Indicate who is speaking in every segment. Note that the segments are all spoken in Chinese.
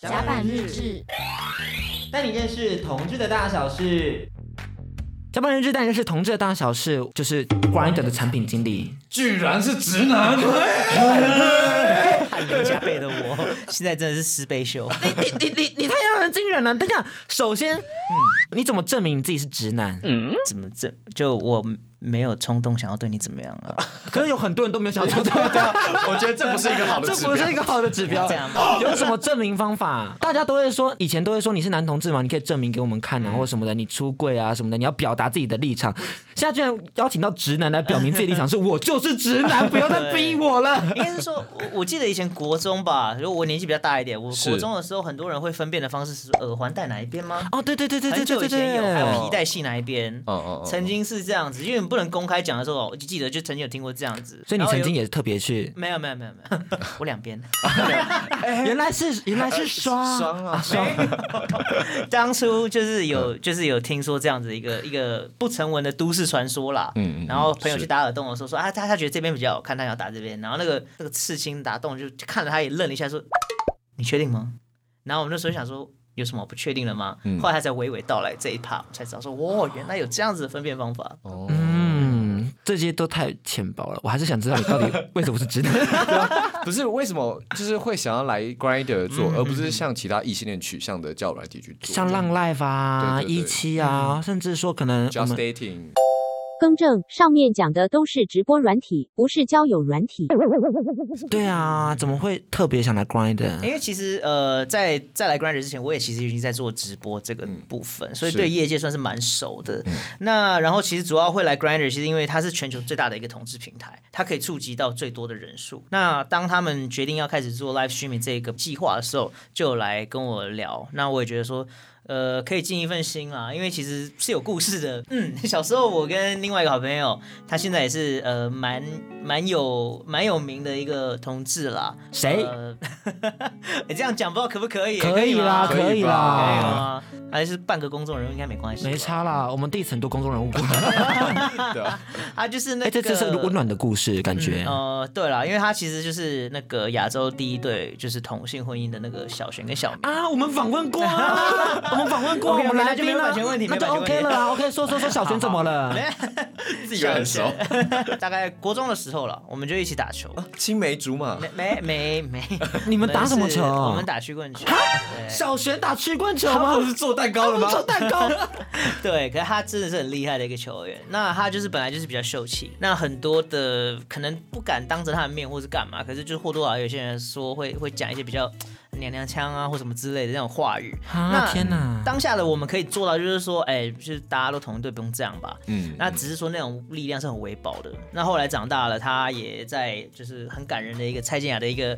Speaker 1: 甲板日志，
Speaker 2: 带你认识同志的大小事。甲板日志带你认识同志的大小事，就是 Grinder 的产品经理。
Speaker 3: 居然是直男！
Speaker 4: 汗流浃背的我，现在真的是十倍秀。
Speaker 2: 哎你你你你太让人惊人了！等一下，首先，嗯你怎么证明你自己是直男？
Speaker 4: 怎么这就我没有冲动想要对你怎么样啊？
Speaker 2: 可是有很多人都没有想到 这个。
Speaker 3: 我觉得这不是一个好的
Speaker 2: 这
Speaker 3: 指
Speaker 2: 不
Speaker 3: 标
Speaker 2: 是。一个好的指标
Speaker 4: 这样吧。
Speaker 2: 有什么证明方法？大家都会说，以前都会说你是男同志嘛，你可以证明给我们
Speaker 1: 嗯
Speaker 2: 看啊，或什么的，你出柜啊什么的，你要表达自己的立场。现在居然邀请到直男来表明自己的立 场，是我就是直男，不要再逼我了。
Speaker 4: 应该是说，我我记得以前国中吧，如果我年纪比较大一点，我
Speaker 3: 是
Speaker 4: 国中的时候，很多人会分辨的方式是耳环戴哪一边吗？
Speaker 2: 哦，对对对对对
Speaker 4: 很
Speaker 2: 对
Speaker 4: 久
Speaker 2: 对
Speaker 4: 以前有，还有
Speaker 2: 对
Speaker 4: 皮。带系哪一边？
Speaker 3: 哦哦哦
Speaker 4: 曾经是这样子，因为你不能公开讲的时候，我就记得就曾经有听过这样子。
Speaker 2: 所以你
Speaker 4: 然后
Speaker 2: 曾
Speaker 4: 有
Speaker 2: 经也特别去，
Speaker 4: 没有没有没有没有， 我两边。
Speaker 2: 原来是原来是双
Speaker 3: 双啊
Speaker 2: 双，
Speaker 4: 当初就是有就是有听说这样子一个一个不成文的都市传说啦，
Speaker 3: 嗯嗯嗯
Speaker 4: 然后朋友
Speaker 3: 是
Speaker 4: 去打耳洞的时候说啊，他他觉得这边比较好看，他想打这边，然后那个那个刺青打洞就就看了他也愣了一下说，你确定吗？然后我们那时候想说。有什么不确定的吗？
Speaker 3: 嗯
Speaker 4: 后来他才娓娓道来这一趴，我才知道说，哇，原来有这样子的分辨方法。
Speaker 2: 嗯，这些都太浅薄了，我还是想知道你到底为什么是直男。
Speaker 3: 不是为什么就是会想要来 Grinder 做，而不是像其他异性恋取向的交友软体去
Speaker 2: 嗯
Speaker 3: 做，
Speaker 2: 像浪 life 啊、
Speaker 3: 对对对
Speaker 2: 一期啊，甚至说可能我
Speaker 3: Just
Speaker 2: 们
Speaker 3: Dating
Speaker 1: 更正，上面讲的都是直播软体，不是交友软体。
Speaker 2: 对啊，怎么会特别想来 grind？
Speaker 4: 因为其实呃，在在来 Grinder 之前，我也其实已经在做直播这个部分，所以
Speaker 3: 是
Speaker 4: 对业界算是蛮熟的。那然后其实主要会来 Grinder，其实因为它是全球最大的一个同志平台，它可以触及到最多的人数。那当他们决定要开始做 live streaming 这个计划的时候，就有来跟我聊。那我也觉得说。呃，可以尽一份心啦，因为其实是有故事的。嗯， 小时候我跟另外一个好朋友，他现在也是呃蛮蛮有蛮有名的一个同志啦。
Speaker 2: 谁
Speaker 4: 呃， 你这样讲不知道可不可以？
Speaker 2: 哎可以啦，
Speaker 4: 可以
Speaker 2: 以
Speaker 4: 吗可以
Speaker 2: 啦，
Speaker 4: 吗？还是半个公众人物应该没关系吧，
Speaker 2: 没差啦。我们 diss 很多公众人物，
Speaker 3: 对啊，
Speaker 4: 他就是那
Speaker 2: 哎，
Speaker 4: 个，
Speaker 2: 这这是温暖的故事，感觉
Speaker 4: 嗯。呃，对啦，因为他其实就是那个亚洲第一对就是同性婚姻的那个小璇跟小明。
Speaker 2: 啊，我们访问过啊，我们访问过，我
Speaker 4: OK，OK，
Speaker 2: 们来宾
Speaker 4: 那就没有
Speaker 2: 啊
Speaker 4: 版权问题，
Speaker 2: 那就
Speaker 4: 没有版权
Speaker 2: OK
Speaker 4: 问题
Speaker 2: 了啊。OK，说说说小璇怎么了？
Speaker 3: 自己以为 很熟，
Speaker 4: 大概国中的时候了，我们就一起打球，
Speaker 3: 青梅竹马，
Speaker 4: 没没没没，
Speaker 2: 你们打什么
Speaker 4: 是
Speaker 2: 球
Speaker 4: 我们打曲棍球。对
Speaker 2: 小璇打曲棍球吗？
Speaker 3: 做蛋糕的
Speaker 2: 不是做蛋糕，
Speaker 4: 对，可是他真的是很厉害的一个球员。那他就是本来就是比较秀气，那很多的可能不敢当着他的面或是干嘛，可是就是或多或少有些人说会会讲一些比较娘娘腔啊或什么之类的那种话语。
Speaker 2: 啊，
Speaker 4: 那
Speaker 2: 天哪！
Speaker 4: 当下的我们可以做到，就是说，哎、就是大家都同一队，不用这样吧。
Speaker 3: 嗯
Speaker 4: 那只是说那种力量是很微薄的。那后来长大了，他也在就是很感人的一个蔡健雅的一个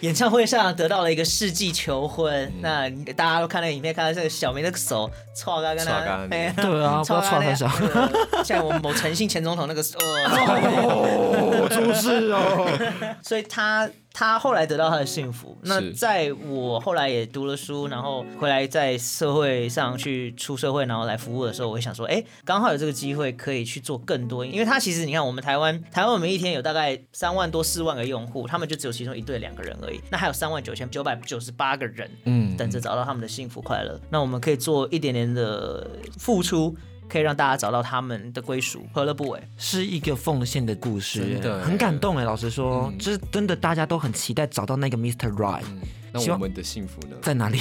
Speaker 4: 演唱会上得到了一个世纪求婚。
Speaker 3: 嗯
Speaker 4: 那大家都看那个影片，看到这个小明的手搓干跟
Speaker 3: 搓干
Speaker 4: 他，哎
Speaker 2: 对啊
Speaker 4: 搓干
Speaker 2: 不知道搓
Speaker 4: 那个呃像我们某诚信前总统那个手，哦
Speaker 2: 我出事哦，
Speaker 4: 所以他。他后来得到他的幸福。那
Speaker 3: 是
Speaker 4: 在我后来也读了书，然后回来在社会上去出社会，然后来服务的时候，我会想说，哎，刚好有这个机会可以去做更多。因为他其实你看，我们台湾台湾我们一天有大概三万多四万个用户，他们就只有其中一对两个人而已。那还有三万九千九百九十八个人，
Speaker 3: 嗯
Speaker 4: 嗯，等着找到他们的幸福快乐。那我们可以做一点点的付出。可以让大家找到他们的归属，何乐不为？
Speaker 2: 是一个奉献的故事
Speaker 3: 真，的
Speaker 2: 很感动哎。老实说，就是真的，大家都很期待找到那个 Mr. Right 希
Speaker 3: 那我
Speaker 2: 望
Speaker 3: 们的幸福呢？
Speaker 2: 在哪 里？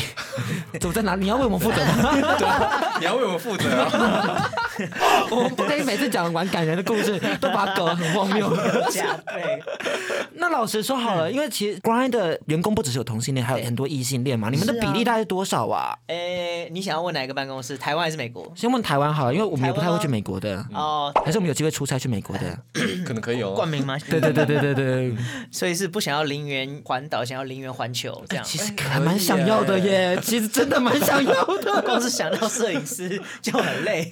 Speaker 2: 怎么在哪里？你要为我们负责吗？
Speaker 3: 你要为我们负责啊！
Speaker 2: 我们不可以每次讲完感人的故事都把它搞得很荒 谬。
Speaker 4: 加倍，
Speaker 2: 那老实说好了，因为其实 Grind 的员工不嗯只是有啊同性恋，还有很多异性恋嘛。你们的比例大概是多少啊？
Speaker 4: 诶、你想要问哪一个办公室？台湾还是美国？
Speaker 2: 先问台湾好了，因为我们也不太
Speaker 4: 台
Speaker 2: 会
Speaker 4: 湾吗
Speaker 2: 去美国的，
Speaker 4: 哦，
Speaker 2: 还是啊我们有机会出差去美国的？
Speaker 3: 可能可以
Speaker 4: 冠
Speaker 3: 哦。
Speaker 4: 名吗？
Speaker 2: 对对对对对对，
Speaker 4: 所以是不想要零元环岛，想要零元环球这样。
Speaker 2: 哎 其实还蛮想要的耶，其实真的蛮想要的。
Speaker 4: 光是想到摄影师就很累。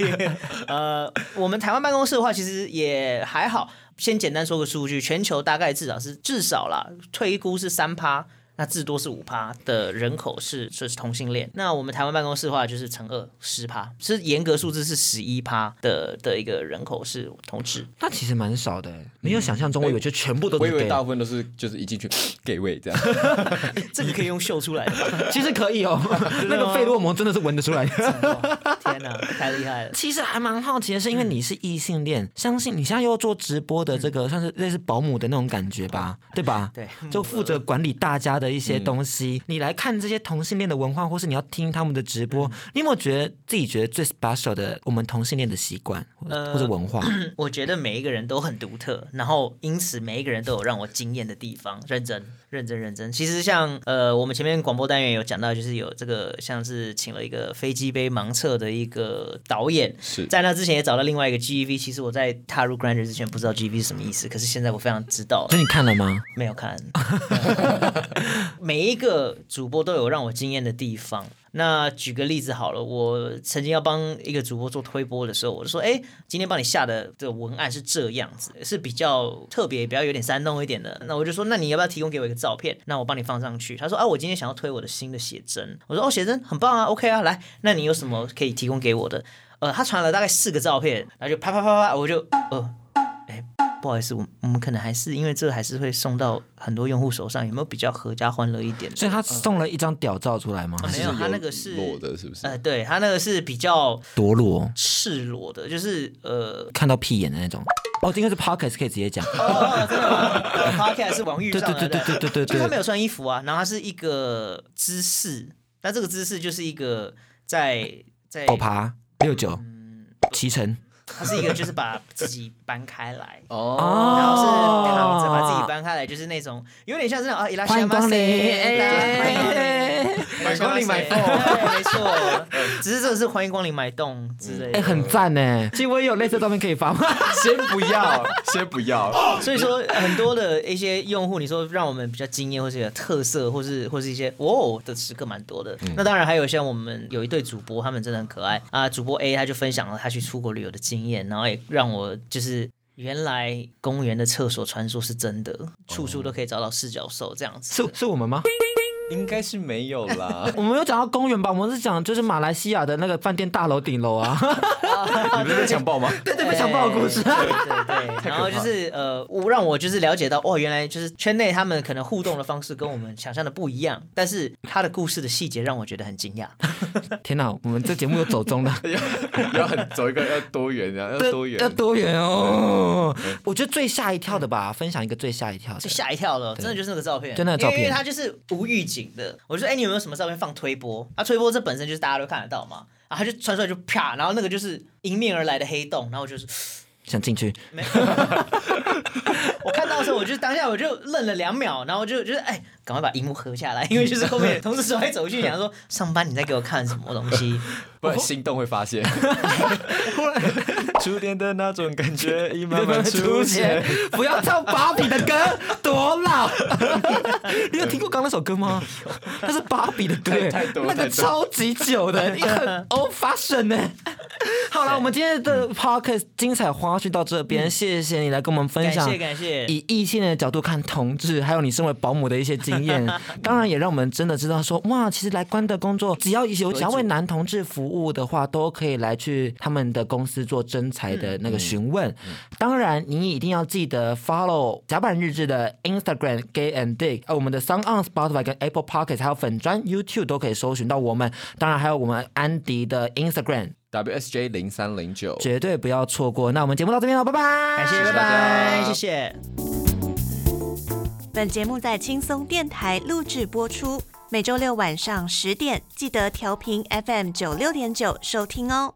Speaker 4: 呃，我们台湾办公室的话，其实也还好。先简单说个数据，全球大概至少是至少啦，推估是三趴。那至多是五趴的人口是是同性恋。那我们台湾办公室的话就是乘二十趴，是严格数字是十一趴的的一个人口是同志。
Speaker 2: 那其实蛮少的，没有想象中，我以为就全部都
Speaker 3: 我
Speaker 2: 是
Speaker 3: 以为
Speaker 2: gay，
Speaker 3: 大部分都是就是一进去 给位这样，
Speaker 4: 这个可以用秀出来的吗？
Speaker 2: 其实可以 哦，那个费洛蒙真的是闻得出来。
Speaker 4: 天哪，太厉害了！
Speaker 2: 其实还蛮好奇的是，因为你是异性恋，相信你现在又做直播的这个，算是类似保姆的那种感觉吧，嗯对嗯吧？
Speaker 4: 对
Speaker 2: 就负责管理大家的一些东西。你来看这些同性恋的文化，或是你要听他们的直播，你有没有觉得自己觉得最 special 的我们同性恋的习惯或者或者文化？
Speaker 4: 嗯我觉得每一个人都很独特，然后因此每一个人都有让我惊艳的地方。认真，认真，认真。其实像呃，我们前面广播单元有讲到，就是有这个像是请了一个飞机杯盲测的一个导演，
Speaker 3: 是
Speaker 4: 在那之前也找到另外一个 GEV。其实我在踏入 Grander 之前不知道 GEV 是什么意思，可是现在我非常知道了
Speaker 2: 所以你看了吗？
Speaker 4: 没有看， 每一个主播都有让我惊艳的地方。那举个例子好了，我曾经要帮一个主播做推播的时候，我就说：“哎，今天帮你下的的文案是这样子，是比较特别，比较有点煽动一点的。”那我就说：“那你要不要提供给我一个照片？那我帮你放上去。”他说：“啊，我今天想要推我的新的写真。”我说：“哦，写真很棒啊，OK 啊，来，那你有什么可以提供给我的？”呃，他传了大概四个照片，然后就啪啪啪啪，我就呃，不好意思，我我们可能还是因为这个还是会送到很多用户手上，有没有比较合家欢乐一点的？
Speaker 2: 所以他送了一张屌照出来吗？ 还是
Speaker 4: 没有，他那个是
Speaker 3: 裸的，是不是？
Speaker 4: 呃，对他那个是比较
Speaker 2: 多裸，
Speaker 4: 赤裸的，就是 呃。
Speaker 2: 看到屁眼的那种？哦，这应该是 podcast 可以直接讲。
Speaker 4: 哦，真的吗？Podcast 是王玉上来的，
Speaker 2: 对对对对对对对
Speaker 4: 就是他没有穿衣服啊，然后他是一个姿势，那这个姿势就是一个在在
Speaker 2: 狗爬六九，骑乘。
Speaker 4: 它是一个就是把自己搬开来，
Speaker 3: 哦，
Speaker 4: 然后是躺着把自己搬开来，就是那种有点像这种啊，伊拉西
Speaker 2: 欢迎光临，
Speaker 4: 欢迎光临
Speaker 2: 哎，
Speaker 3: 买光临买凤
Speaker 4: 对没错，只是这个是欢迎光临买栋之类的。
Speaker 2: 哎，很赞呢。其实我也有类似的照片可以发吗？
Speaker 3: 先不要，先不要，
Speaker 4: 所以说很多的一些用户，你说让我们比较惊艳，或是有特色，或是或是一些哦的时刻蛮多的。
Speaker 3: 嗯
Speaker 4: 那当然还有像我们有一对主播，他们真的很可爱啊。主播 A 他就分享了他去出国旅游的经验，然后也让我就是。原来公园的厕所传说是真的，处处
Speaker 3: 哦
Speaker 4: 都可以找到四脚兽这样子。
Speaker 2: 是是我们吗？。
Speaker 3: 应该是没有啦
Speaker 2: 我们有讲到公园吧？我们是讲就是马来西亚的那个饭店大楼顶楼啊，
Speaker 3: 你们在 强暴吗？
Speaker 2: 对对，被强暴的故事。啊
Speaker 4: 对对，然后就是呃，我让我就是了解到，哦，原来就是圈内他们可能互动的方式跟我们想象的不一样，但是他的故事的细节让我觉得很惊讶。
Speaker 2: 天哪，我们这节目又走中了。
Speaker 3: 要很走一个要多元啊，要多
Speaker 2: 要
Speaker 3: 元。
Speaker 2: 多远哦！我觉得最吓一跳的吧，分享一个最吓一跳的
Speaker 4: 就。吓一跳了，真的就是那个照片，
Speaker 2: 就那个照片
Speaker 4: 因为因为它就是无预警的。我就说，哎、你有没有什么照片放推播？啊，推播这本身就是大家都看得到嘛，啊，他就传出来就啪，然后那个就是迎面而来的黑洞，然后我就是
Speaker 2: 想进去，
Speaker 4: 没， 我看到的时候，我就当下我就愣了两秒，然后我就就是哎，赶快把荧幕合下来，因为就是后面同事走来走去，想说上班你在给我看什么东 西？
Speaker 3: 不然心动会发现， 初恋的那种感觉已慢慢出
Speaker 2: 出
Speaker 3: 现
Speaker 2: 现。，不要唱芭比的歌，多 老！你有听过刚那首歌吗？那是芭比的歌
Speaker 3: 太，太多
Speaker 2: 那个
Speaker 3: 太多
Speaker 2: 超级久 的，你很 old fashion 呢。好了，我们今天的
Speaker 3: 嗯
Speaker 2: podcast 精彩花絮到这边，谢谢你来跟我们分
Speaker 4: 感
Speaker 2: 享
Speaker 4: 谢。感谢，
Speaker 2: 以异性的角度看同志，还有你身为保姆的一些经 验，当然也让我们真的知道说，哇，其实来关的工作，只要有想要为男同志服务的话，都可以来去他们的公司做征才的
Speaker 4: 嗯
Speaker 2: 那个询问。当然，你一定要记得 follow 甲板日志的 Instagram Gay and Dick，呃，我们的 Sound on Spotify 跟 Apple Podcast，还有粉砖 YouTube 都可以搜寻到我们。当然，还有我们安迪的 Instagram，
Speaker 3: WSJ 零三零九，
Speaker 2: 绝对不要错过。那我们节目到这边哦了，拜拜，
Speaker 4: 感谢，
Speaker 3: 大
Speaker 4: 拜
Speaker 3: 家
Speaker 4: 拜，谢谢。
Speaker 5: 本节目在轻松电台录制播出，每周六晚上十点记得调频 FM 九六点九收听哦。